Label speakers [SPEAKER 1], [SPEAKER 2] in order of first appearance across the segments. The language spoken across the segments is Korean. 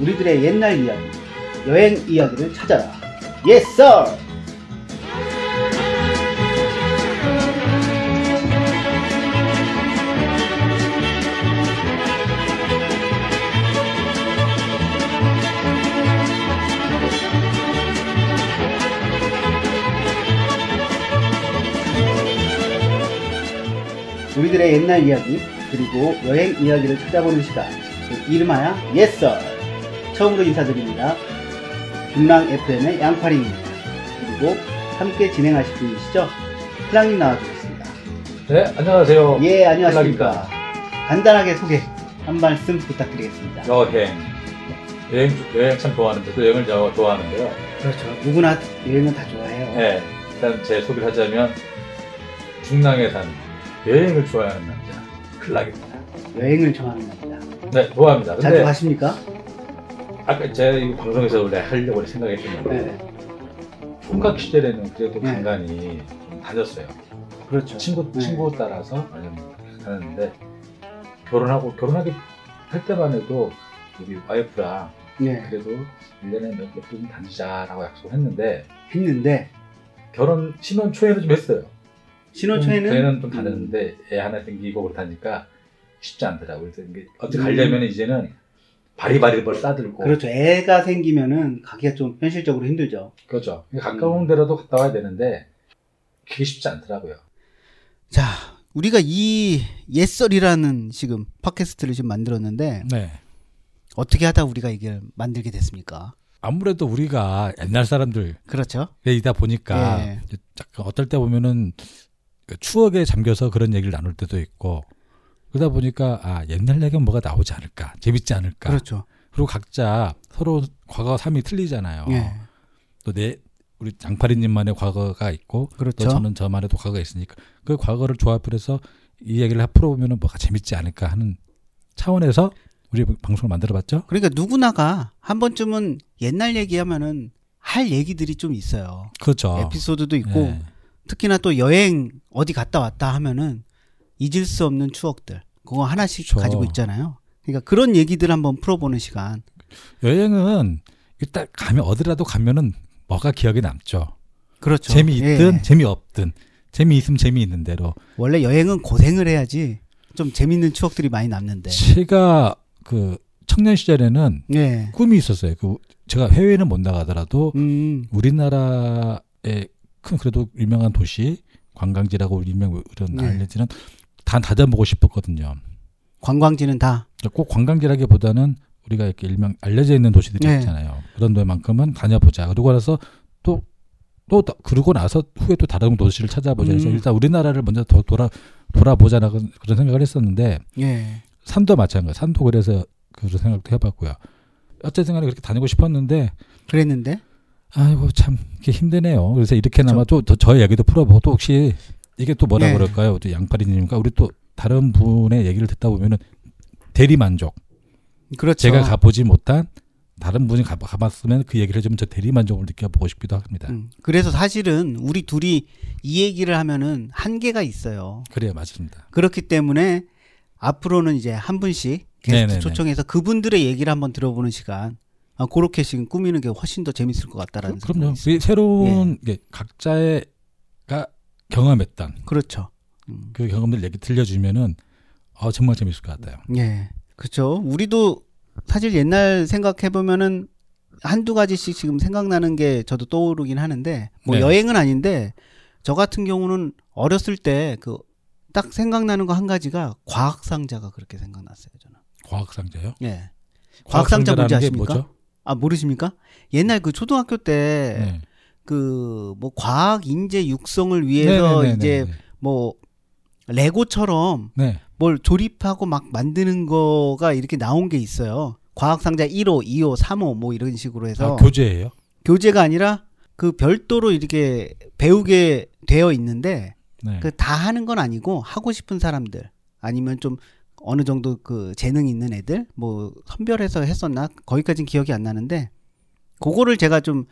[SPEAKER 1] 우리들의 옛날 이야기, 여행 이야기를 찾아라. Yes, sir! 우리들의 옛날 이야기, 그리고 여행 이야기를 찾아보는 시간. 그 이름하여 Yes, sir! 처음으로 인사드립니다. 중랑 FM의 양파리입니다. 그리고 함께 진행하실 분이시죠? 플랑님 나와주셨습니다.
[SPEAKER 2] 네, 안녕하세요.
[SPEAKER 1] 예, 안녕하십니까. 간단하게 소개 한 말씀 부탁드리겠습니다.
[SPEAKER 2] 여행. 여행, 여행 참 좋아하는데, 또 여행을 저- 좋아하는데요.
[SPEAKER 1] 그렇죠. 누구나 여행은 다 좋아해요.
[SPEAKER 2] 네, 일단 제 소개를 하자면, 중랑에 사는 여행을 좋아하는 남자, 클락입니다.
[SPEAKER 1] 여행을 좋아하는 겁니다.
[SPEAKER 2] 네, 좋아합니다.
[SPEAKER 1] 자주
[SPEAKER 2] 근데
[SPEAKER 1] 가십니까?
[SPEAKER 2] 아까 제가 이 방송에서 원래 하려고 생각했었는데,
[SPEAKER 1] 네,
[SPEAKER 2] 총각 시절에는 그래도
[SPEAKER 1] 네.
[SPEAKER 2] 간간히 좀 다녔어요.
[SPEAKER 1] 그렇죠.
[SPEAKER 2] 친구,
[SPEAKER 1] 네.
[SPEAKER 2] 친구 따라서 가는데, 결혼하고, 결혼하기 할 때만 해도, 우리 와이프랑
[SPEAKER 1] 네,
[SPEAKER 2] 그래도 1년에 몇 번 다니자라고 약속을 했는데
[SPEAKER 1] 했는데
[SPEAKER 2] 결혼 신혼 초에는 좀 했어요.
[SPEAKER 1] 신혼 초에는
[SPEAKER 3] 음,
[SPEAKER 1] 음.
[SPEAKER 2] 저희는 좀 다녔는데 애 하나 생기고 그렇다니까 쉽지 않더라고요. 그래서 이게 어떻게 가려면 이제는 바리바리 뭘 싸들고 그렇죠.
[SPEAKER 1] 음. 그렇죠. 애가 생기면은 가기가 좀 현실적으로 힘들죠. 음.
[SPEAKER 2] 이게 가까운 데라도 갔다 와야 되는데 그게 쉽지 않더라고요.
[SPEAKER 1] 자, 우리가 이 옛설이라는 지금 팟캐스트를 지금 만들었는데
[SPEAKER 3] 네.
[SPEAKER 1] 어떻게 하다 우리가 이걸 만들게 됐습니까?
[SPEAKER 3] 아무래도 우리가 옛날 사람들이다
[SPEAKER 1] 그렇죠.
[SPEAKER 3] 보니까
[SPEAKER 1] 예.
[SPEAKER 3] 이제 약간 어떨 때 보면은 그 추억에 잠겨서 그런 얘기를 나눌 때도 있고 그러다 보니까 아 옛날 얘기는 뭐가 나오지 않을까 재밌지 않을까
[SPEAKER 1] 그렇죠.
[SPEAKER 3] 리고 각자 서로 과거 삶이 틀리잖아요.
[SPEAKER 1] 예.
[SPEAKER 3] 또 내 우리 장파리님만의 과거가 있고 또
[SPEAKER 1] 그렇죠.
[SPEAKER 3] 저는 저만의 또 과거가 있으니까 그 과거를 조합해서 이 얘기를 앞으로 보면은 뭐가 재밌지 않을까 하는 차원에서 우리 방송을 만들어봤죠.
[SPEAKER 1] 그러니까 누구나가 한 번쯤은 옛날 얘기하면은 할 얘기들이 좀 있어요.
[SPEAKER 3] 그렇죠.
[SPEAKER 1] 에피소드도 있고
[SPEAKER 3] 예.
[SPEAKER 1] 특히나 또 여행 어디 갔다 왔다 하면은 잊을 수 없는 추억들 그거 하나씩
[SPEAKER 3] 그쵸.
[SPEAKER 1] 가지고 있잖아요. 그러니까 그런 얘기들 한번 풀어보는 시간.
[SPEAKER 3] 여행은 일단 가면 어디라도 가면은 뭐가 기억에 남죠.
[SPEAKER 1] 그렇죠.
[SPEAKER 3] 재미있든
[SPEAKER 1] 예.
[SPEAKER 3] 재미없든 재미있으면 재미있는 대로
[SPEAKER 1] 원래 여행은 고생을 해야지 좀 재밌는 추억들이 많이 남는데.
[SPEAKER 3] 제가 그 청년 시절에는
[SPEAKER 1] 예.
[SPEAKER 3] 꿈이 있었어요. 그 제가 해외는 못 나가더라도
[SPEAKER 1] 음.
[SPEAKER 3] 우리나라의 큰 그래도 유명한 도시 관광지라고 유명 이런
[SPEAKER 1] 네.
[SPEAKER 3] 알려지는 다 다녀보고 싶었거든요. 그러니까
[SPEAKER 1] 관광지는 다.
[SPEAKER 3] 꼭 관광지라기보다는 우리가 이렇게 일명 알려져 있는 도시들이
[SPEAKER 1] 네.
[SPEAKER 3] 있잖아요. 그런 데만큼은 다녀보자. 그러고 나서 또 또 그러고 나서 후에 또 다른 도시를 찾아보자. 그래서
[SPEAKER 1] 음.
[SPEAKER 3] 일단 우리나라를 먼저 더 돌아 돌아보자나 그런 그런 생각을 했었는데
[SPEAKER 1] 예.
[SPEAKER 3] 산도 마찬가지. 산도 그래서 그런 생각도 해봤고요. 어쨌든간에 그렇게 다니고 싶었는데
[SPEAKER 1] 그랬는데
[SPEAKER 3] 아이고 참 이게 힘드네요. 그래서 이렇게나마 또 저의 얘기도 풀어보고 또 혹시 이게 또 뭐라
[SPEAKER 1] 그렇죠. 네.
[SPEAKER 3] 그럴까요? 또 양파리님과 우리 또 다른 분의 얘기를 듣다 보면은 대리 만족.
[SPEAKER 1] 그렇죠.
[SPEAKER 3] 제가 가보지 못한 다른 분이 가, 가봤으면 그 얘기를 좀 저 대리 만족을 느껴보고 싶기도 합니다.
[SPEAKER 1] 음. 그래서 사실은 우리 둘이 이 얘기를 하면은 한계가 있어요.
[SPEAKER 3] 그래요, 맞습니다.
[SPEAKER 1] 그렇기 때문에 앞으로는 이제 한 분씩 게스트
[SPEAKER 3] 네네네.
[SPEAKER 1] 초청해서 그분들의 얘기를 한번 들어보는 시간. 아, 그렇게 지금 꾸미는 게 훨씬 더 재밌을 것 같다라는 네.
[SPEAKER 3] 그, 럼요
[SPEAKER 1] 생각이 있어요.
[SPEAKER 3] 새로운 게 각자의가 경험했던
[SPEAKER 1] 그렇죠. 음.
[SPEAKER 3] 그 경험들 얘기 들려주면은 어, 정말 재밌을 것 같아요.
[SPEAKER 1] 예. 그렇죠. 우리도 사실 옛날 생각해 보면은 한두 가지씩 지금 생각나는 게 저도 떠오르긴 하는데 뭐
[SPEAKER 3] 네.
[SPEAKER 1] 여행은 아닌데 저 같은 경우는 어렸을 때 그 딱 생각나는 거 한 가지가 과학 상자가 그렇게 생각났어요, 저는.
[SPEAKER 3] 과학상자요?
[SPEAKER 1] 예. 과학 상자
[SPEAKER 3] 과학상자라는
[SPEAKER 1] 뭔지
[SPEAKER 3] 게
[SPEAKER 1] 아십니까?
[SPEAKER 3] 뭐죠?
[SPEAKER 1] 아, 모르십니까? 옛날 그 초등학교 때
[SPEAKER 3] 네.
[SPEAKER 1] 그 뭐 과학 인재 육성을 위해서
[SPEAKER 3] 네네네네.
[SPEAKER 1] 이제 뭐 레고처럼
[SPEAKER 3] 네.
[SPEAKER 1] 뭘 조립하고 막 만드는 거가 이렇게 나온 게 있어요. 과학 상자 1호, 2호, 3호 뭐 이런 식으로 해서
[SPEAKER 3] 아, 교재예요?
[SPEAKER 1] 교재가 아니라 그 별도로 이렇게 배우게 되어 있는데
[SPEAKER 3] 네.
[SPEAKER 1] 그 다 하는 건 아니고 하고 싶은 사람들 아니면 좀 어느 정도 그 재능 있는 애들 뭐 선별해서 했었나 거기까진 기억이 안 나는데 그거를 제가 좀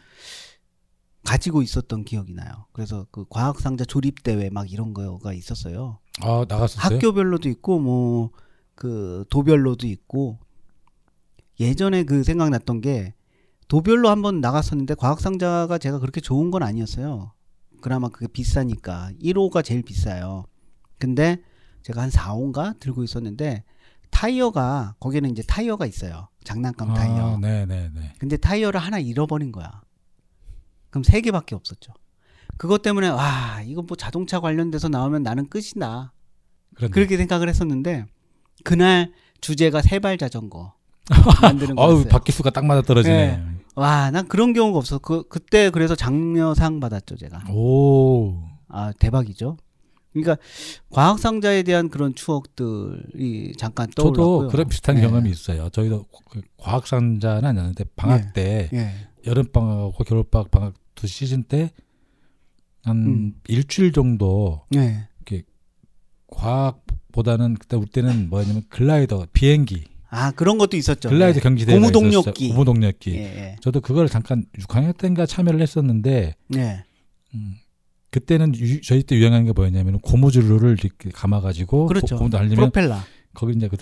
[SPEAKER 1] 가지고 있었던 기억이 나요. 그래서 그 과학 상자 조립 대회 막 이런 거가 있었어요.
[SPEAKER 3] 아, 나갔었어요?
[SPEAKER 1] 학교별로도 있고 뭐 그 도별로도 있고 예전에 그 생각났던 게 도별로 한번 나갔었는데 과학상자가 제가 그렇게 좋은 건 아니었어요. 그나마 그게 비싸니까 1호가 제일 비싸요. 근데 제가 한 4호인가 들고 있었는데 타이어가 거기는 이제 타이어가 있어요. 장난감 타이어.
[SPEAKER 3] 아, 네네네.
[SPEAKER 1] 근데 타이어를 하나 잃어버린 거야. 그럼 세 개밖에 없었죠. 그것 때문에 와 이거 뭐 자동차 관련돼서 나오면 나는 끝이다.
[SPEAKER 3] 그런데
[SPEAKER 1] 그렇게 생각을 했었는데 그날 주제가 세발 자전거 만드는
[SPEAKER 3] 어우
[SPEAKER 1] 거였어요.
[SPEAKER 3] 박기수가 딱 맞아 떨어지네.
[SPEAKER 1] 와, 난 그런 경우가 없어. 그 그때 그래서 장려상 받았죠, 제가.
[SPEAKER 3] 오.
[SPEAKER 1] 아, 대박이죠. 그러니까 과학 상자에 대한 그런 추억들이 잠깐 떠올랐고요.
[SPEAKER 3] 저도 그런 비슷한
[SPEAKER 1] 네.
[SPEAKER 3] 경험이 있어요. 저희도 그 과학상자는 아니었는데 방학 때
[SPEAKER 1] 예.
[SPEAKER 3] 여름 방학하고 겨울 방학 방학 두 시즌 때 한
[SPEAKER 1] 음.
[SPEAKER 3] 일주일 정도
[SPEAKER 1] 예.
[SPEAKER 3] 과학보다는 그때 우리 때는 뭐냐면 글라이더 비행기
[SPEAKER 1] 아, 그런 것도 있었죠.
[SPEAKER 3] 글라이더
[SPEAKER 1] 예.
[SPEAKER 3] 경기대회
[SPEAKER 1] 고무동력기.
[SPEAKER 3] 고무동력기.
[SPEAKER 1] 예, 예.
[SPEAKER 3] 저도 그걸 잠깐 6학년 때인가 참여를 했었는데
[SPEAKER 1] 예.
[SPEAKER 3] 음, 그때는 유- 저희 때 유행한 게 뭐였냐면 고무줄로를 이렇게 감아가지고
[SPEAKER 1] 그렇죠.
[SPEAKER 3] 고무 날리면
[SPEAKER 1] 프로펠러.
[SPEAKER 3] 거기 이제 그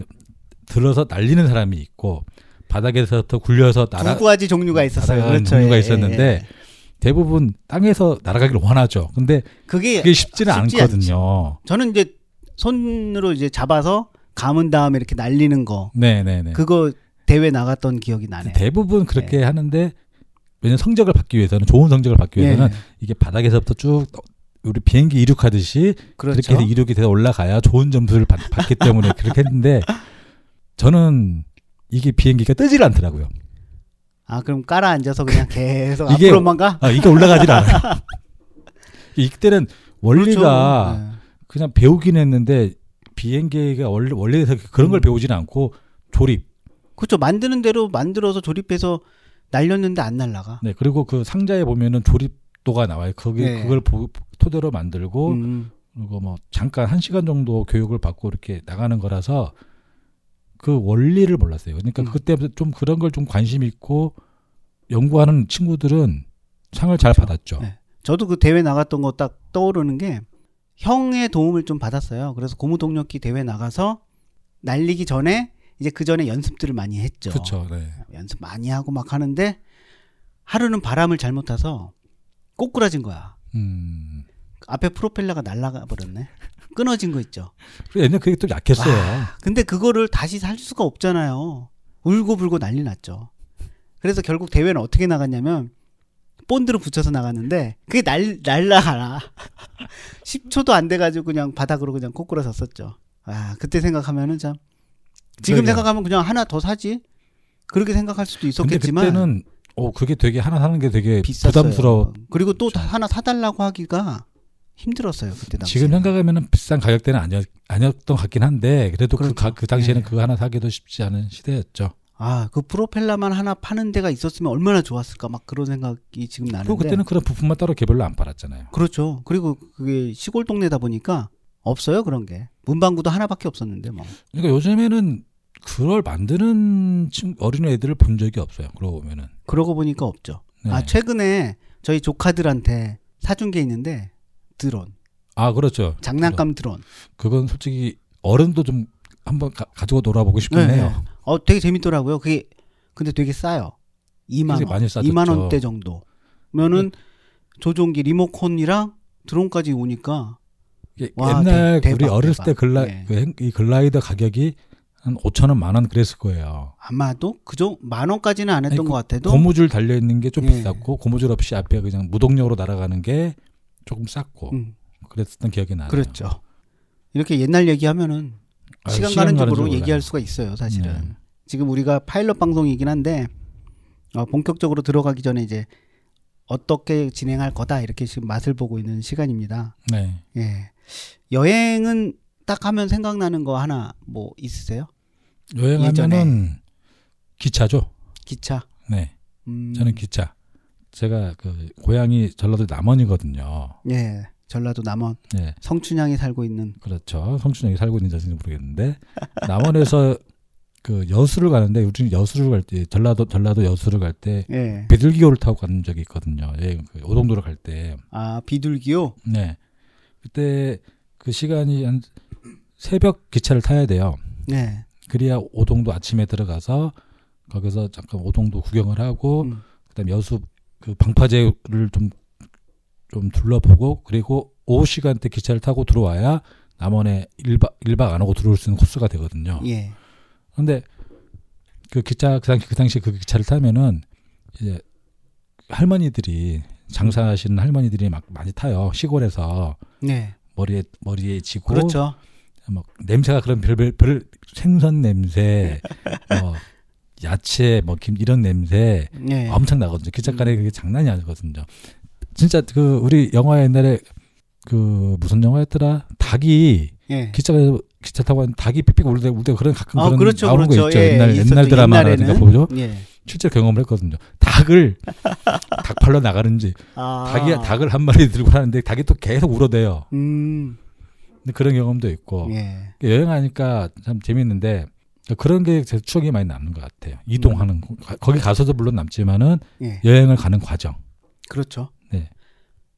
[SPEAKER 3] 들어서 날리는 사람이 있고 바닥에서부터 굴려서 날아
[SPEAKER 1] 두 가지 종류가 있었어요.
[SPEAKER 3] 날아가는
[SPEAKER 1] 그렇죠.
[SPEAKER 3] 종류가
[SPEAKER 1] 예, 예,
[SPEAKER 3] 있었는데
[SPEAKER 1] 예.
[SPEAKER 3] 대부분 땅에서 날아가기를 원하죠. 근데
[SPEAKER 1] 그게
[SPEAKER 3] 그게 쉽지는
[SPEAKER 1] 예, 쉽지
[SPEAKER 3] 않거든요.
[SPEAKER 1] 저는 이제 손으로 이제 잡아서 감은 다음에 이렇게 날리는 거.
[SPEAKER 3] 네네네.
[SPEAKER 1] 그거 예. 대회 나갔던 기억이 나네요.
[SPEAKER 3] 대부분 그렇게 하는데 왜냐 면 성적을 받기 위해서는 좋은 성적을
[SPEAKER 1] 예.
[SPEAKER 3] 받기
[SPEAKER 1] 네.
[SPEAKER 3] 위해서는 이게 바닥에서부터 쭉 우리 비행기 이륙하듯이
[SPEAKER 1] 그렇죠.
[SPEAKER 3] 그렇게 해서 이륙이 돼서 올라가야 좋은 점수를 받, 기 때문에 그렇게 했는데 저는 이게 비행기가 뜨질 않더라고요.
[SPEAKER 1] 아 그럼 깔아 앉아서 그냥 계속
[SPEAKER 3] 이게
[SPEAKER 1] 앞으로만 가?
[SPEAKER 3] 아, 이게 올라가질 않아요. 이때는 원리가
[SPEAKER 1] 그렇죠.
[SPEAKER 3] 그냥 배우긴 했는데 비행기가 원래 원래에서 그런 걸
[SPEAKER 1] 음.
[SPEAKER 3] 배우지는 않고 조립.
[SPEAKER 1] 네. 그렇죠. 만드는 대로 만들어서 조립해서 날렸는데 안 날라가.
[SPEAKER 3] 네 그리고 그 상자에 보면은 조립도가 나와요. 거기
[SPEAKER 1] 네.
[SPEAKER 3] 그걸 보- 토대로 만들고
[SPEAKER 1] 음.
[SPEAKER 3] 그리고 뭐 잠깐 한 시간 정도 교육을 받고 이렇게 나가는 거라서 그 원리를 몰랐어요. 그러니까
[SPEAKER 1] 음.
[SPEAKER 3] 그때부터 좀 그런 걸 좀 관심 있고 연구하는 친구들은 상을 잘 받았죠.
[SPEAKER 1] 네. 저도 그 대회 나갔던 거 딱 떠오르는 게 형의 도움을 좀 받았어요. 그래서 고무동력기 대회 나가서 날리기 전에 이제 그 전에 연습들을 많이 했죠.
[SPEAKER 3] 그렇죠. 네.
[SPEAKER 1] 연습 많이 하고 막 하는데 하루는 바람을 잘못 타서 꼬꾸라진 거야.
[SPEAKER 3] 음.
[SPEAKER 1] 앞에 프로펠러가 날아가 버렸네. 끊어진 거 있죠.
[SPEAKER 3] 그리고 옛날 그게 또 약했어요.
[SPEAKER 1] 근데 그거를 다시 살 수가 없잖아요. 울고불고 난리 났죠. 그래서 결국 대회는 어떻게 나갔냐면 본드로 붙여서 나갔는데 그게 날 날라가라. 10초도 안 돼가지고 그냥 바닥으로 그냥 꼬꾸라 섰었죠. 아 그때 생각하면은 참 지금
[SPEAKER 3] 그러게요.
[SPEAKER 1] 생각하면 그냥 하나 더 사지 그렇게 생각할 수도
[SPEAKER 3] 근데
[SPEAKER 1] 있었겠지만
[SPEAKER 3] 그때는 어 그게 되게 하나 사는 게 되게
[SPEAKER 1] 비쌌어요.
[SPEAKER 3] 부담스러워.
[SPEAKER 1] 그리고 또 하나 사달라고 하기가 힘들었어요 그때 당시.
[SPEAKER 3] 지금 생각하면은 비싼 가격대는 아니었, 아니었던 것 같긴 한데 그래도 그
[SPEAKER 1] 그렇죠.
[SPEAKER 3] 가- 그 당시에는
[SPEAKER 1] 네.
[SPEAKER 3] 그거 하나 사기도 쉽지 않은 시대였죠.
[SPEAKER 1] 아, 그 프로펠러만 하나 파는 데가 있었으면 얼마나 좋았을까 막 그런 생각이 지금 나는데.
[SPEAKER 3] 그리고 그때는 그런 부품만 따로 개별로 안 팔았잖아요.
[SPEAKER 1] 그렇죠. 그리고 그게 시골 동네다 보니까 없어요, 그런 게. 문방구도 하나밖에 없었는데 뭐.
[SPEAKER 3] 그러니까 요즘에는 그걸 만드는 친- 어린애들을 본 적이 없어요. 그러고 보면은.
[SPEAKER 1] 그러고 보니까 없죠.
[SPEAKER 3] 네.
[SPEAKER 1] 아, 최근에 저희 조카들한테 사준 게 있는데 드론.
[SPEAKER 3] 아, 그렇죠.
[SPEAKER 1] 장난감 드론.
[SPEAKER 3] 그건 솔직히 어른도 좀 한번 가, 지고 놀아보고 싶긴
[SPEAKER 1] 네,
[SPEAKER 3] 해요.
[SPEAKER 1] 어, 되게 재밌더라고요. 그게 근데 되게 싸요. 2만
[SPEAKER 3] 굉장히
[SPEAKER 1] 원.
[SPEAKER 3] 많이 싸졌죠. 네.
[SPEAKER 1] 2만 원대 정도. 그러면은 조종기 리모컨이랑 드론까지 오니까
[SPEAKER 3] 이게
[SPEAKER 1] 와,
[SPEAKER 3] 옛날
[SPEAKER 1] 대-
[SPEAKER 3] 우리
[SPEAKER 1] 대박,
[SPEAKER 3] 어렸을 때
[SPEAKER 1] 대박.
[SPEAKER 3] 글라
[SPEAKER 1] 네.
[SPEAKER 3] 그 행- 이 글라이더 가격이 한 5천 원, 만 원 그랬을 거예요.
[SPEAKER 1] 아마도 그저 만 원까지는 안 했던
[SPEAKER 3] 아니, 그
[SPEAKER 1] 것 같아도
[SPEAKER 3] 고무줄 달려 있는 게 좀
[SPEAKER 1] 예.
[SPEAKER 3] 비쌌고 고무줄 없이 앞에 그냥 무동력으로 날아가는 게 조금 쌌고
[SPEAKER 1] 음,
[SPEAKER 3] 그랬던 기억이 나네요.
[SPEAKER 1] 그렇죠. 이렇게 옛날 얘기하면은
[SPEAKER 3] 아. 아유,
[SPEAKER 1] 시간 가는
[SPEAKER 3] 줄
[SPEAKER 1] 쪽으로
[SPEAKER 3] 몰라요.
[SPEAKER 1] 얘기할 수가 있어요, 사실은.
[SPEAKER 3] 네.
[SPEAKER 1] 지금 우리가 파일럿 방송이긴 한데 어, 본격적으로 들어가기 전에 이제 어떻게 진행할 거다 이렇게 지금 맛을 보고 있는 시간입니다.
[SPEAKER 3] 네.
[SPEAKER 1] 예. 여행은 딱 하면 생각나는 거 하나 뭐 있으세요?
[SPEAKER 3] 여행하면은 기차죠.
[SPEAKER 1] 기차.
[SPEAKER 3] 네.
[SPEAKER 1] 음,
[SPEAKER 3] 저는 기차. 제가 그 고향이 전라도 남원이거든요.
[SPEAKER 1] 예. 전라도 남원
[SPEAKER 3] 네.
[SPEAKER 1] 성춘향이 살고 있는
[SPEAKER 3] 그렇죠. 성춘역에 살고 있는지 아직은 모르겠는데 남원에서 그 여수를 가는데 우리는 여수를 갈 때 전라도 전라도 여수를 갈 때
[SPEAKER 1] 예.
[SPEAKER 3] 비둘기호를 타고 간 적이 있거든요. 여행 그 오동도로 갈 때.
[SPEAKER 1] 아, 비둘기요.
[SPEAKER 3] 네. 그때 그 시간이 한 새벽 기차를 타야 돼요.
[SPEAKER 1] 네.
[SPEAKER 3] 그래야 오동도 아침에 들어가서 거기서 잠깐 오동도 구경을 하고
[SPEAKER 1] 음.
[SPEAKER 3] 그다음 여수 그 방파제를 좀 좀 둘러보고 그리고 오후 시간대 기차를 타고 들어와야 남원에 일박일박안 하고 들어올 수 있는 코스가 되거든요.
[SPEAKER 1] 예.
[SPEAKER 3] 근데 그 기차 그 당시 그 당시 그 기차를 타면은 이제 할머니들이 장사하시는 할머니들이 막 많이 타요 시골에서
[SPEAKER 1] 네.
[SPEAKER 3] 머리에 머리에 지고
[SPEAKER 1] 그렇죠.
[SPEAKER 3] 뭐 냄새가 그런 별별 별 생선 냄새 뭐 야채 뭐 김 이런 냄새
[SPEAKER 1] 예. 음.
[SPEAKER 3] 엄청 나거든요 기차간에 그게 장난이 아니거든요 진짜 그 우리 영화 옛날에 그 무슨 영화였더라 닭이
[SPEAKER 1] 예.
[SPEAKER 3] 기차가 기차 타고 왔는데 닭이 삑삑 울대 울대 그런 가끔
[SPEAKER 1] 아,
[SPEAKER 3] 그런
[SPEAKER 1] 그렇죠.
[SPEAKER 3] 나오는
[SPEAKER 1] 그렇죠.
[SPEAKER 3] 거 있죠
[SPEAKER 1] 예,
[SPEAKER 3] 옛날
[SPEAKER 1] 있었죠.
[SPEAKER 3] 옛날 드라마라든가
[SPEAKER 1] 옛날에는.
[SPEAKER 3] 보죠
[SPEAKER 1] 예.
[SPEAKER 3] 실제 경험을 했거든요 닭을 닭팔러 나가는지
[SPEAKER 1] 아.
[SPEAKER 3] 닭이 닭을 한 마리 들고 하는데 닭이 또 계속 울어대요
[SPEAKER 1] 음.
[SPEAKER 3] 근데 그런 경험도 있고
[SPEAKER 1] 예.
[SPEAKER 3] 여행하니까 참 재밌는데 그런 게 제 추억이 많이 남는 것 같아요 이동하는
[SPEAKER 1] 음.
[SPEAKER 3] 거. 가- 거기 가서도 물론 남지만은
[SPEAKER 1] 예.
[SPEAKER 3] 여행을 가는 과정
[SPEAKER 1] 그렇죠.
[SPEAKER 3] 네.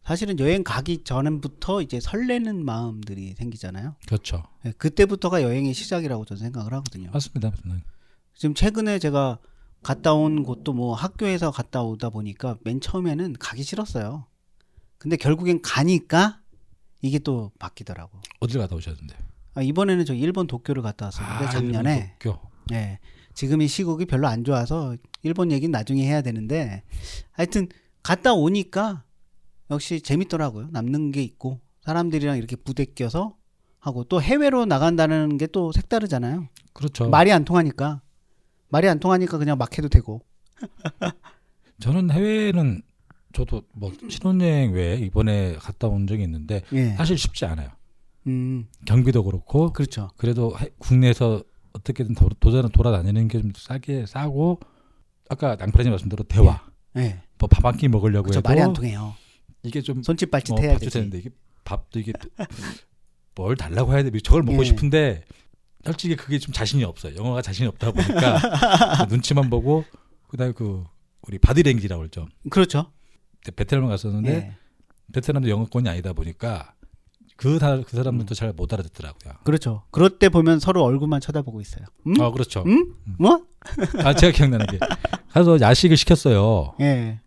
[SPEAKER 1] 사실은 여행 가기 전부터 이제 설레는 마음들이 생기잖아요.
[SPEAKER 3] 그렇죠
[SPEAKER 1] 예, 그때부터가 여행의 시작이라고 저는 생각을 하거든요.
[SPEAKER 3] 맞습니다 저는.
[SPEAKER 1] 지금 최근에 제가 갔다 온 곳도 뭐 학교에서 갔다 오다 보니까 맨 처음에는 가기 싫었어요. 근데 결국엔 가니까 이게 또 바뀌더라고.
[SPEAKER 3] 어딜 갔다 오셨는데
[SPEAKER 1] 아, 이번에는 저 일본 도쿄를 갔다
[SPEAKER 3] 아,
[SPEAKER 1] 왔었는데 작년에
[SPEAKER 3] 교
[SPEAKER 1] 예. 지금 이 시국이 별로 안 좋아서 일본 얘기는 나중에 해야 되는데 하여튼 갔다 오니까 역시 재밌더라고요. 남는 게 있고 사람들이랑 이렇게 부대껴서 하고 또 해외로 나간다는 게 또 색다르잖아요.
[SPEAKER 3] 그렇죠
[SPEAKER 1] 말이 안 통하니까 말이 안 통하니까 그냥 막 해도 되고
[SPEAKER 3] 저는 해외는 저도 뭐
[SPEAKER 1] 음.
[SPEAKER 3] 신혼여행 외에 이번에 갔다 온 적이 있는데
[SPEAKER 1] 예.
[SPEAKER 3] 사실 쉽지 않아요.
[SPEAKER 1] 음
[SPEAKER 3] 경비도 그렇고
[SPEAKER 1] 그렇죠
[SPEAKER 3] 그래도 해- 국내에서 어떻게든 도- 도전을 돌아다니는 게 좀 싸게 싸고 아까 낭파님 말씀대로 대화
[SPEAKER 1] 예
[SPEAKER 3] 뭐 밥 한 끼 먹으려고
[SPEAKER 1] 그렇죠
[SPEAKER 3] 해도
[SPEAKER 1] 말이 안 통해요
[SPEAKER 3] 이게 좀
[SPEAKER 1] 손짓 발짓
[SPEAKER 3] 어,
[SPEAKER 1] 해야
[SPEAKER 3] 밥도
[SPEAKER 1] 되지
[SPEAKER 3] 되는데 이게 밥도 이게 뭘 달라고 해야 돼? 저걸 먹고
[SPEAKER 1] 예.
[SPEAKER 3] 싶은데 솔직히 그게 좀 자신이 없어요. 영어가 자신이 없다 보니까 그 눈치만 보고 그다음에 그 우리 바디랭귀라고 그러죠.
[SPEAKER 1] 그렇죠
[SPEAKER 3] 베트남 갔었는데
[SPEAKER 1] 예.
[SPEAKER 3] 베트남도 영어권이 아니다 보니까 그, 사, 그 사람들도 잘 못 알아듣더라고요.
[SPEAKER 1] 그렇죠 그럴 때 보면 서로 얼굴만 쳐다보고 있어요 음?
[SPEAKER 3] 아 그렇죠.
[SPEAKER 1] 음? 뭐?
[SPEAKER 3] 아 제가 기억나는 게 가서 야식을 시켰어요.
[SPEAKER 1] 예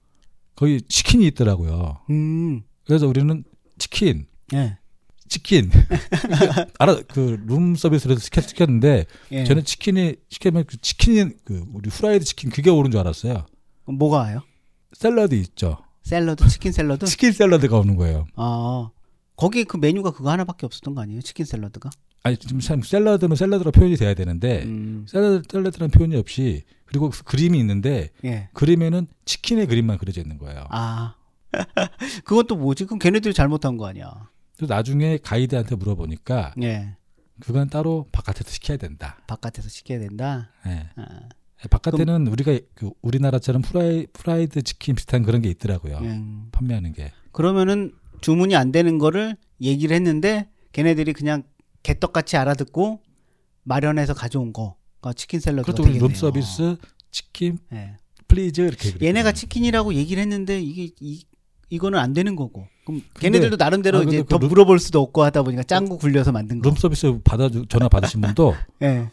[SPEAKER 3] 거기 치킨이 있더라고요.
[SPEAKER 1] 음.
[SPEAKER 3] 그래서 우리는 치킨,
[SPEAKER 1] 예.
[SPEAKER 3] 치킨 알아 그 룸 서비스로 시켰, 시켰는데
[SPEAKER 1] 예.
[SPEAKER 3] 저는 치킨이 시키면 그 치킨이 그 우리 후라이드 치킨 그게 오는 줄 알았어요.
[SPEAKER 1] 뭐가 와요?
[SPEAKER 3] 샐러드 있죠.
[SPEAKER 1] 샐러드, 치킨 샐러드?
[SPEAKER 3] 치킨 샐러드가 오는 거예요.
[SPEAKER 1] 아, 거기 그 메뉴가 그거 하나밖에 없었던 거 아니에요? 치킨 샐러드가?
[SPEAKER 3] 아니 지금 참 샐러드는 샐러드로 표현이 돼야 되는데
[SPEAKER 1] 음,
[SPEAKER 3] 샐러드 샐러드라는 표현이 없이 그리고 그 그림이 있는데
[SPEAKER 1] 예.
[SPEAKER 3] 그림에는 치킨의 그림만 그려져 있는 거예요.
[SPEAKER 1] 아, 그건 또 뭐지? 그럼 걔네들이 잘못한 거 아니야?
[SPEAKER 3] 그래서 나중에 가이드한테 물어보니까
[SPEAKER 1] 예.
[SPEAKER 3] 그건 따로 바깥에서 시켜야 된다.
[SPEAKER 1] 바깥에서 시켜야 된다.
[SPEAKER 3] 예.
[SPEAKER 1] 아,
[SPEAKER 3] 바깥에는 우리가 그 우리나라처럼 프라이 프라이드 치킨 비슷한 그런 게 있더라고요.
[SPEAKER 1] 음.
[SPEAKER 3] 판매하는 게.
[SPEAKER 1] 그러면은 주문이 안 되는 거를 얘기를 했는데 걔네들이 그냥 개떡같이 알아듣고 마련해서 가져온 거가 치킨 샐러드가
[SPEAKER 3] 그것도 우리
[SPEAKER 1] 되겠네요.
[SPEAKER 3] 룸 서비스 치킨
[SPEAKER 1] 예.
[SPEAKER 3] 플리즈 이렇게. 그랬거든요.
[SPEAKER 1] 얘네가 치킨이라고 얘기를 했는데 이게 이, 이거는 안 되는 거고. 그럼
[SPEAKER 3] 근데-
[SPEAKER 1] 걔네들도 나름대로
[SPEAKER 3] 아, 근데
[SPEAKER 1] 이제
[SPEAKER 3] 그
[SPEAKER 1] 더
[SPEAKER 3] 룸-
[SPEAKER 1] 물어볼 수도 없고 하다 보니까 짱구 굴려서 만든 거.
[SPEAKER 3] 룸 서비스 받아 전화 받으신 분도
[SPEAKER 1] 예.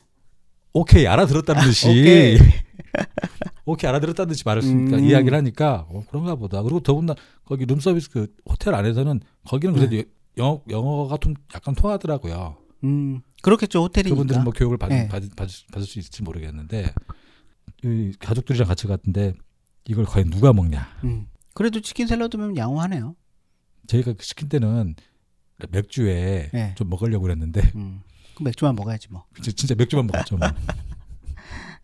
[SPEAKER 3] 오케이 알아들었다는 듯이
[SPEAKER 1] 오케이.
[SPEAKER 3] 오케이, 알아들었다는 듯이 말했으니까
[SPEAKER 1] 음.
[SPEAKER 3] 이야기를 하니까 어, 그런가 보다. 그리고 더군다나 거기 룸 서비스 그 호텔 안에서는 거기는 그래도
[SPEAKER 1] 네.
[SPEAKER 3] 영어 영어가 좀 약간 통하더라고요.
[SPEAKER 1] 음. 그렇겠죠. 호텔이니까.
[SPEAKER 3] 그분들은 뭐 교육을 받,
[SPEAKER 1] 네.
[SPEAKER 3] 받, 받, 받을 수 있을지 모르겠는데 이 가족들이랑 같이 갔는데 이걸 과연 누가 먹냐?
[SPEAKER 1] 음. 그래도 치킨 샐러드면 양호하네요.
[SPEAKER 3] 저희가 그 시킨 때는 맥주에
[SPEAKER 1] 네.
[SPEAKER 3] 좀 먹으려고 그랬는데
[SPEAKER 1] 음. 그럼 맥주만 먹어야지 뭐.
[SPEAKER 3] 진짜- 진짜 맥주만 먹었죠. 뭐.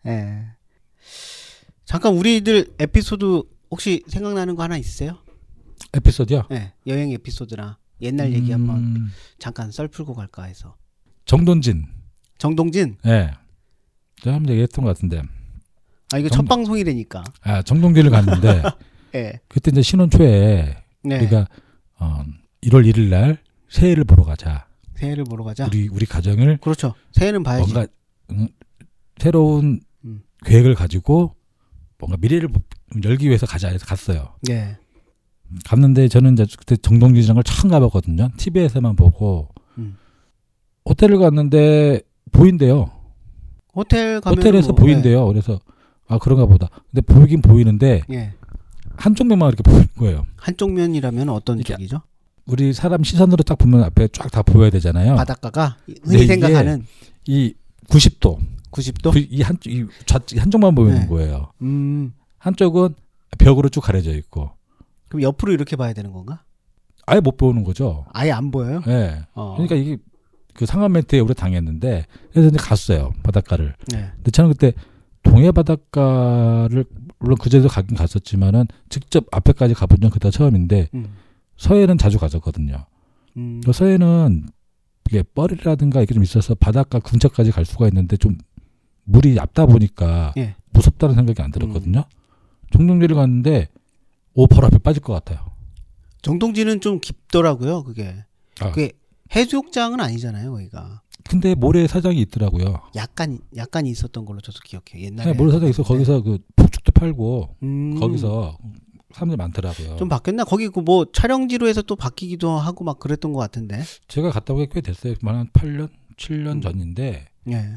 [SPEAKER 1] 예. 잠깐 우리들 에피소드 혹시 생각나는 거 하나 있으세요?
[SPEAKER 3] 에피소드요.
[SPEAKER 1] 예. 여행 에피소드나 옛날 얘기
[SPEAKER 3] 음.
[SPEAKER 1] 한번 잠깐 썰 풀고 갈까 해서.
[SPEAKER 3] 정돈진.
[SPEAKER 1] 정동진.
[SPEAKER 3] 예. 제가 한번 얘기했던 것 같은데.
[SPEAKER 1] 아 이거
[SPEAKER 3] 정-
[SPEAKER 1] 첫 방송이라니까.
[SPEAKER 3] 아, 정동진을 갔는데
[SPEAKER 1] 예.
[SPEAKER 3] 그때 이제 신혼 초에
[SPEAKER 1] 네.
[SPEAKER 3] 우리가 어, 1월 1일 날 새해를 보러 가자.
[SPEAKER 1] 새해를 보러 가자.
[SPEAKER 3] 우리 우리 가정을
[SPEAKER 1] 그렇죠. 새해는 봐야지.
[SPEAKER 3] 뭔가 음, 새로운
[SPEAKER 1] 음.
[SPEAKER 3] 계획을 가지고 뭔가 미래를 열기 위해서 가자 해서 갔어요.
[SPEAKER 1] 예.
[SPEAKER 3] 갔는데 저는 이제 그때 정동진이라는 걸 처음 가봤거든요. TV에서만 보고
[SPEAKER 1] 음.
[SPEAKER 3] 호텔을 갔는데 보인대요.
[SPEAKER 1] 호텔 가면
[SPEAKER 3] 호텔에서
[SPEAKER 1] 뭐,
[SPEAKER 3] 보인대요. 그래서 아 그런가 보다. 근데 보이긴 보이는데
[SPEAKER 1] 예.
[SPEAKER 3] 한쪽 면만 이렇게 보이는 거예요.
[SPEAKER 1] 한쪽 면이라면 어떤
[SPEAKER 3] 이게
[SPEAKER 1] 쪽이죠?
[SPEAKER 3] 우리 사람 시선으로 딱 보면 앞에 쫙 다 보여야 되잖아요.
[SPEAKER 1] 바닷가가 흔히
[SPEAKER 3] 네,
[SPEAKER 1] 생각하는
[SPEAKER 3] 이 90도 그
[SPEAKER 1] 90도.
[SPEAKER 3] 이 한쪽 이 좌, 이 한쪽만 보이는
[SPEAKER 1] 네.
[SPEAKER 3] 거예요.
[SPEAKER 1] 음.
[SPEAKER 3] 한쪽은 벽으로 쭉 가려져 있고
[SPEAKER 1] 그럼 옆으로 이렇게 봐야 되는 건가?
[SPEAKER 3] 아예 못 보는 거죠.
[SPEAKER 1] 아예 안 보여요?
[SPEAKER 3] 예.
[SPEAKER 1] 어.
[SPEAKER 3] 그러니까 이게 그 상암 멘트에 우리 가 당했는데 그래서 이제 갔어요 바닷가를.
[SPEAKER 1] 네.
[SPEAKER 3] 근데 저는 그때 동해 바닷가를 물론 그제도 가긴 갔었지만은 직접 앞에까지 가본 적 그때 처음인데
[SPEAKER 1] 음.
[SPEAKER 3] 서해는 자주 갔었거든요.
[SPEAKER 1] 음.
[SPEAKER 3] 그 서해는 이게 뻘이라든가 이게 좀 있어서 바닷가 근처까지 갈 수가 있는데 좀 물이 얕다 보니까
[SPEAKER 1] 예.
[SPEAKER 3] 무섭다는 생각이 안 들었거든요.
[SPEAKER 1] 음.
[SPEAKER 3] 종동리를 갔는데 오퍼 앞에 빠질 것 같아요.
[SPEAKER 1] 정동진은 좀 깊더라고요. 그게
[SPEAKER 3] 아.
[SPEAKER 1] 그게 해수욕장은 아니잖아요. 거기가
[SPEAKER 3] 근데 모래 사장이 있더라고요.
[SPEAKER 1] 약간 약간 있었던 걸로 저도 기억해요. 옛날에
[SPEAKER 3] 네, 모래 사장이 있어 거기서 그 폭죽도 팔고
[SPEAKER 1] 음.
[SPEAKER 3] 거기서 사람들이 많더라고요.
[SPEAKER 1] 좀 바뀌었나? 거기 그 뭐 촬영지로 해서 또 바뀌기도 하고 막 그랬던 것 같은데.
[SPEAKER 3] 제가 갔다 오게 꽤 됐어요. 만한 8년, 7년
[SPEAKER 1] 음.
[SPEAKER 3] 전인데
[SPEAKER 1] 예.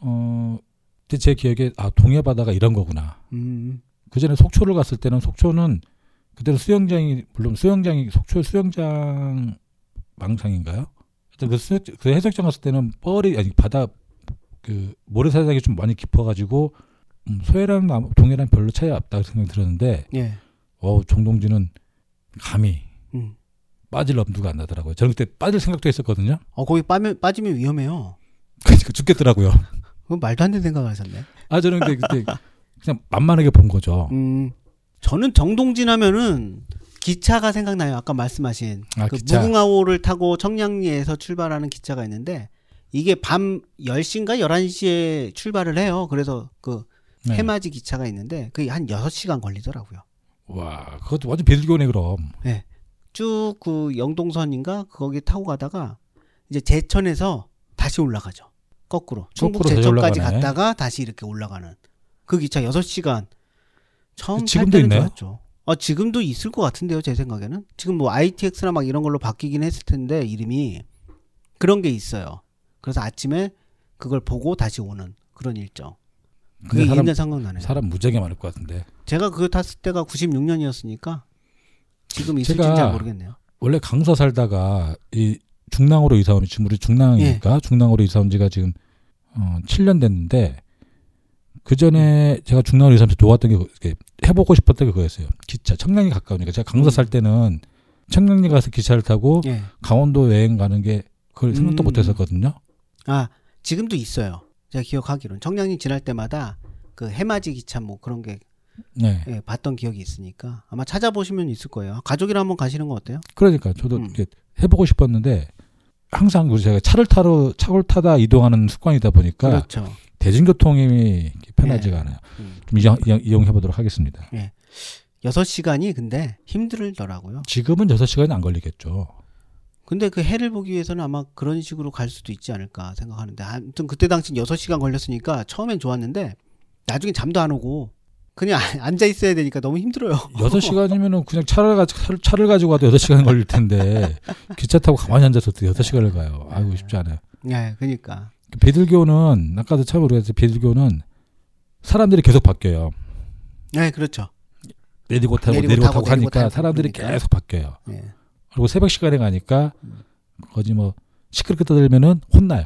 [SPEAKER 3] 어, 근데 제 기억에 아 동해 바다가 이런 거구나.
[SPEAKER 1] 음.
[SPEAKER 3] 그 전에 속초를 갔을 때는 속초는 그때는 수영장이 물론 수영장이 속초 수영장 망상인가요? 하여튼 그, 수영, 그 해수욕장 갔을 때는 뻘이 아니 바다 그 모래사장이 좀 많이 깊어가지고 음, 소해랑 남- 동해랑 별로 차이 없다 생각이 들었는데
[SPEAKER 1] 예.
[SPEAKER 3] 어 종동지는 감히
[SPEAKER 1] 음.
[SPEAKER 3] 빠질 엄두가 안 나더라고요. 저는 그때 빠질 생각도 했었거든요.
[SPEAKER 1] 어 거기 빠면 빠지면 위험해요.
[SPEAKER 3] 그러니까 죽겠더라고요.
[SPEAKER 1] 그건 말도 안 되는 생각을 하셨네.
[SPEAKER 3] 아 저는 근데 그때 그냥 만만하게 본 거죠.
[SPEAKER 1] 음. 저는 정동진 하면은 기차가 생각나요. 아까 말씀하신
[SPEAKER 3] 아
[SPEAKER 1] 그
[SPEAKER 3] 기차
[SPEAKER 1] 무궁화호를 타고 청량리에서 출발하는 기차가 있는데 이게 밤 10시인가 11시에 출발을 해요. 그래서 그
[SPEAKER 3] 네.
[SPEAKER 1] 해맞이 기차가 있는데 그게 한 6시간 걸리더라고요.
[SPEAKER 3] 와 그것도 완전 비둘기네 그럼.
[SPEAKER 1] 쭉 그 영동선인가 거기 타고 가다가 이제 제천에서 다시 올라가죠. 거꾸로 충북
[SPEAKER 3] 거꾸로 다시
[SPEAKER 1] 제천까지
[SPEAKER 3] 올라가네.
[SPEAKER 1] 갔다가 다시 이렇게 올라가는 그 기차 6시간 처음
[SPEAKER 3] 지금도
[SPEAKER 1] 탈 때는
[SPEAKER 3] 있나요?
[SPEAKER 1] 좋았죠. 아, 지금도 있을 것 같은데요, 제 생각에는. 지금 뭐 ITX나 막 이런 걸로 바뀌긴 했을 텐데 이름이 그런 게 있어요. 그래서 아침에 그걸 보고 다시 오는 그런 일정. 그게
[SPEAKER 3] 근데 사람
[SPEAKER 1] 옛날 생각나네요.
[SPEAKER 3] 사람 무지하게 많을 것 같은데
[SPEAKER 1] 제가 그거 탔을 때가 96년이었으니까 지금 있을지
[SPEAKER 3] 제가
[SPEAKER 1] 잘 모르겠네요.
[SPEAKER 3] 원래 강서 살다가 이 중랑으로 이사 온 지금 우리 중랑이니까
[SPEAKER 1] 예.
[SPEAKER 3] 중랑으로 이사 온 지가 지금 어 7년 됐는데 그 전에 제가 중랑으로 이사 하면서 좋았던 게 그- 이렇게 해보고 싶었던 게 그거였어요. 기차 청량리 가까우니까 제가 강서 살 때는 청량리 가서 기차를 타고
[SPEAKER 1] 음. 예.
[SPEAKER 3] 강원도 여행 가는 게 그걸 생각도
[SPEAKER 1] 음.
[SPEAKER 3] 못했었거든요.
[SPEAKER 1] 아 지금도 있어요. 제가 기억하기로는 청량리 지날 때마다 그 해맞이 기차 뭐 그런 게
[SPEAKER 3] 네.
[SPEAKER 1] 예, 봤던 기억이 있으니까 아마 찾아보시면 있을 거예요. 가족이랑 한번 가시는 건 어때요?
[SPEAKER 3] 그러니까 저도
[SPEAKER 1] 음.
[SPEAKER 3] 이렇게 해보고 싶었는데 항상 우리 제가 차를 타러 차를 타다 이동하는 습관이다 보니까
[SPEAKER 1] 그렇죠.
[SPEAKER 3] 대중교통이 편하지가 않아요.
[SPEAKER 1] 음.
[SPEAKER 3] 좀 이용, 이용해 보도록 하겠습니다.
[SPEAKER 1] 여섯 시간이 근데 힘들더라고요.
[SPEAKER 3] 지금은 6시간이 안 걸리겠죠.
[SPEAKER 1] 근데 그 해를 보기 위해서는 아마 그런 식으로 갈 수도 있지 않을까 생각하는데 아무튼 그때 당시 여섯 시간 걸렸으니까 처음엔 좋았는데 나중에 잠도 안 오고 그냥 앉아 있어야 되니까 너무 힘들어요.
[SPEAKER 3] 6시간이면은 그냥 차를 가지고 차를, 차를 가지고 가도 6시간 걸릴 텐데 기차 타고 가만히 앉아서 또 6시간을 가요. 아이고 쉽지 않아요.
[SPEAKER 1] 예, 그러니까
[SPEAKER 3] 그 비둘기호는 아까도 처음 우리가 했 비둘기호는 사람들이 계속 바뀌어요.
[SPEAKER 1] 예, 그렇죠.
[SPEAKER 3] 내리고 타고
[SPEAKER 1] 내리고
[SPEAKER 3] 내리고,
[SPEAKER 1] 타고,
[SPEAKER 3] 타고,
[SPEAKER 1] 내리고
[SPEAKER 3] 하니까
[SPEAKER 1] 타고
[SPEAKER 3] 사람들이
[SPEAKER 1] 그러니까.
[SPEAKER 3] 계속 바뀌어요.
[SPEAKER 1] 예.
[SPEAKER 3] 그리고 새벽 시간에 가니까 거지 뭐 시끄럽게 떠들면은 혼나요.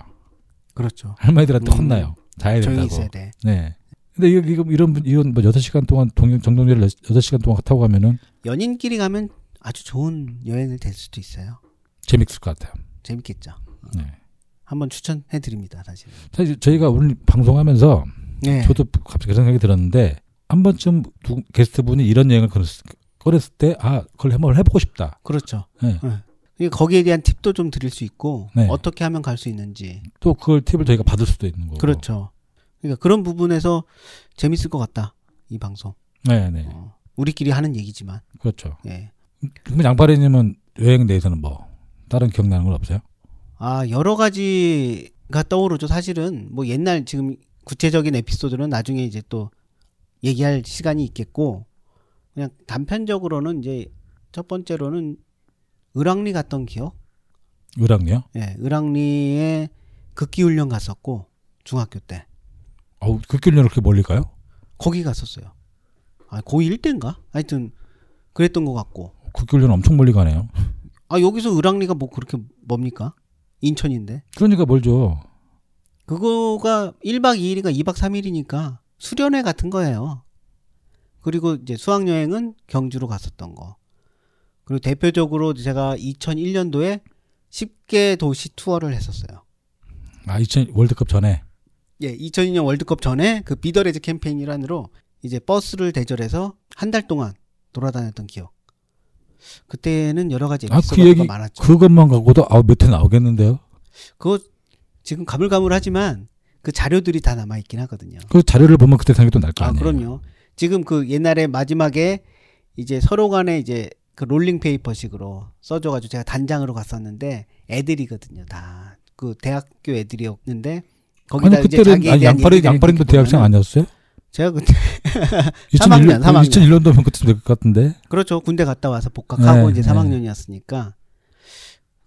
[SPEAKER 1] 그렇죠.
[SPEAKER 3] 할머니들한테
[SPEAKER 1] 음.
[SPEAKER 3] 혼나요. 자야
[SPEAKER 1] 조용히
[SPEAKER 3] 된다고.
[SPEAKER 1] 있어야 돼.
[SPEAKER 3] 네. 근데 이거, 이거 이런 분- 이런 뭐 여섯 시간 동안 동행 정동리를 여섯 시간 동안 타고 가면은
[SPEAKER 1] 연인끼리 가면 아주 좋은 여행을 될 수도 있어요.
[SPEAKER 3] 재밌을 것 같아요.
[SPEAKER 1] 재밌겠죠. 어.
[SPEAKER 3] 네.
[SPEAKER 1] 한번 추천해 드립니다, 사실. 은
[SPEAKER 3] 사실 저희가 오늘 방송하면서
[SPEAKER 1] 네.
[SPEAKER 3] 저도 갑자기 그런 생각이 들었는데 한 번쯤 누- 게스트분이 이런 여행을 꺼냈- 꺼냈을 때 아, 그걸 한번 해보고 싶다.
[SPEAKER 1] 그렇죠.
[SPEAKER 3] 네.
[SPEAKER 1] 그리고 거기에 대한 팁도 좀 드릴 수 있고
[SPEAKER 3] 네.
[SPEAKER 1] 어떻게 하면 갈 수 있는지.
[SPEAKER 3] 또 그걸 팁을 저희가 받을 수도 있는 거고.
[SPEAKER 1] 그렇죠. 그러니까 그런 부분에서 재밌을 것 같다. 이 방송.
[SPEAKER 3] 네, 네.
[SPEAKER 1] 어, 우리끼리 하는 얘기지만.
[SPEAKER 3] 그렇죠.
[SPEAKER 1] 예.
[SPEAKER 3] 그럼 양파리님은 여행 내에서는 뭐 다른 기억나는 건 없어요?
[SPEAKER 1] 아, 여러 가지가 떠오르죠. 사실은 뭐 옛날 지금 구체적인 에피소드는 나중에 이제 또 얘기할 시간이 있겠고 그냥 단편적으로는 이제 첫 번째로는 을왕리 갔던 기억.
[SPEAKER 3] 의랑요?
[SPEAKER 1] 예, 을왕리에 극기 훈련 갔었고 중학교 때
[SPEAKER 3] 어우, 그 길로 그렇게 멀리 가요?
[SPEAKER 1] 거기 갔었어요. 아, 고1 때인가? 하여튼 그랬던 것 같고.
[SPEAKER 3] 국교훈련 엄청 멀리 가네요.
[SPEAKER 1] 아, 여기서 을왕리가 뭐 그렇게 뭡니까? 인천인데.
[SPEAKER 3] 그러니까 멀죠.
[SPEAKER 1] 그거가 1박 2일이가 2박 3일이니까 수련회 같은 거예요. 그리고 이제 수학여행은 경주로 갔었던 거. 그리고 대표적으로 제가 2001년도에 10개 도시 투어를 했었어요.
[SPEAKER 3] 아, 2000 월드컵 전에.
[SPEAKER 1] 예, 2002년 월드컵 전에 그 비더레즈 캠페인 일환으로 이제 버스를 대절해서 한 달 동안 돌아다녔던 기억. 그때는 여러 가지
[SPEAKER 3] 아, 그
[SPEAKER 1] 에피소드가
[SPEAKER 3] 얘기-
[SPEAKER 1] 많았죠.
[SPEAKER 3] 그것만 갖고도 아, 몇회 나오겠는데요.
[SPEAKER 1] 그거 지금 가물가물하지만 그 자료들이 다 남아 있긴 하거든요.
[SPEAKER 3] 그 자료를 보면 그때 생각이 또 날 거
[SPEAKER 1] 아,
[SPEAKER 3] 아니에요.
[SPEAKER 1] 그럼요. 지금 그 옛날에 마지막에 이제 서로 간에 이제 그 롤링 페이퍼식으로 써줘가지고 제가 단장으로 갔었는데 애들이거든요. 다 그 대학교 애들이었는데 거기다
[SPEAKER 3] 아니
[SPEAKER 1] 이제
[SPEAKER 3] 그때는
[SPEAKER 1] 자기에
[SPEAKER 3] 아니,
[SPEAKER 1] 대한
[SPEAKER 3] 양파리
[SPEAKER 1] 얘기들을
[SPEAKER 3] 양파린도
[SPEAKER 1] 이렇게
[SPEAKER 3] 대학생
[SPEAKER 1] 보면은
[SPEAKER 3] 아니었어요?
[SPEAKER 1] 제가 그때
[SPEAKER 3] 2001년
[SPEAKER 1] 3학년.
[SPEAKER 3] 2001년도면 그쯤 될것 같은데.
[SPEAKER 1] 그렇죠. 군대 갔다 와서 복학하고
[SPEAKER 3] 네,
[SPEAKER 1] 이제
[SPEAKER 3] 네.
[SPEAKER 1] 3학년이었으니까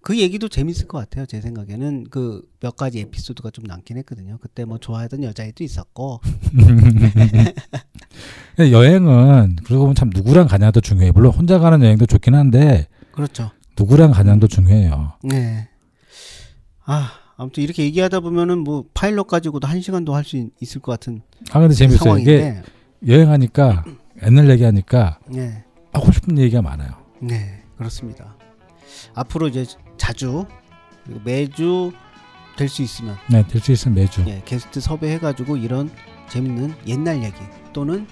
[SPEAKER 1] 그 얘기도 재밌을 것 같아요. 제 생각에는 그 몇 가지 에피소드가 좀 남긴 했거든요. 그때 뭐 좋아하던 여자애도 있었고
[SPEAKER 3] 근데 여행은 그러고 보면 참 누구랑 가냐도 중요해. 물론 혼자 가는 여행도 좋긴 한데
[SPEAKER 1] 그렇죠.
[SPEAKER 3] 누구랑 가냐도 중요해요.
[SPEAKER 1] 네. 아, 아무튼 이렇게 얘기하다 보면은 뭐 파일럿 가지고도 한 시간도 할 수 있을 것 같은
[SPEAKER 3] 아 근데 재밌어요. 이게
[SPEAKER 1] 그 상황인데.
[SPEAKER 3] 여행하니까 옛날 얘기하니까
[SPEAKER 1] 네.
[SPEAKER 3] 하고 싶은 얘기가 많아요.
[SPEAKER 1] 네, 그렇습니다. 앞으로 이제 자주 그리고 매주 될 수 있으면
[SPEAKER 3] 네, 될 수 있으면 매주.
[SPEAKER 1] 예, 게스트 섭외해 가지고 이런 재밌는 옛날 얘기 또는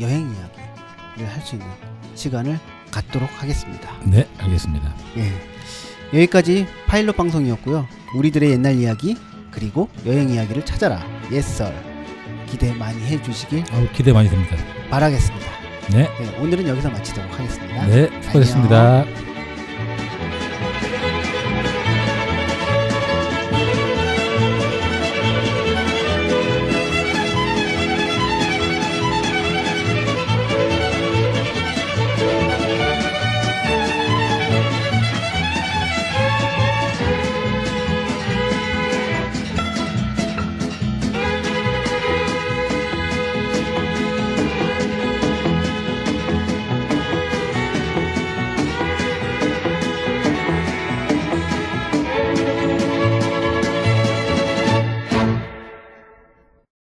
[SPEAKER 1] 여행 이야기를 할 수 있는 시간을 갖도록 하겠습니다.
[SPEAKER 3] 네, 알겠습니다.
[SPEAKER 1] 예. 여기까지 파일럿 방송이었고요. 우리들의 옛날 이야기 그리고 여행 이야기를 찾아라. 옛설 기대 많이 해주시길
[SPEAKER 3] 아우, 기대 많이 됩니다.
[SPEAKER 1] 바라겠습니다.
[SPEAKER 3] 네,
[SPEAKER 1] 예, 오늘은 여기서 마치도록 하겠습니다.
[SPEAKER 3] 네, 수고하셨습니다.
[SPEAKER 1] 안녕.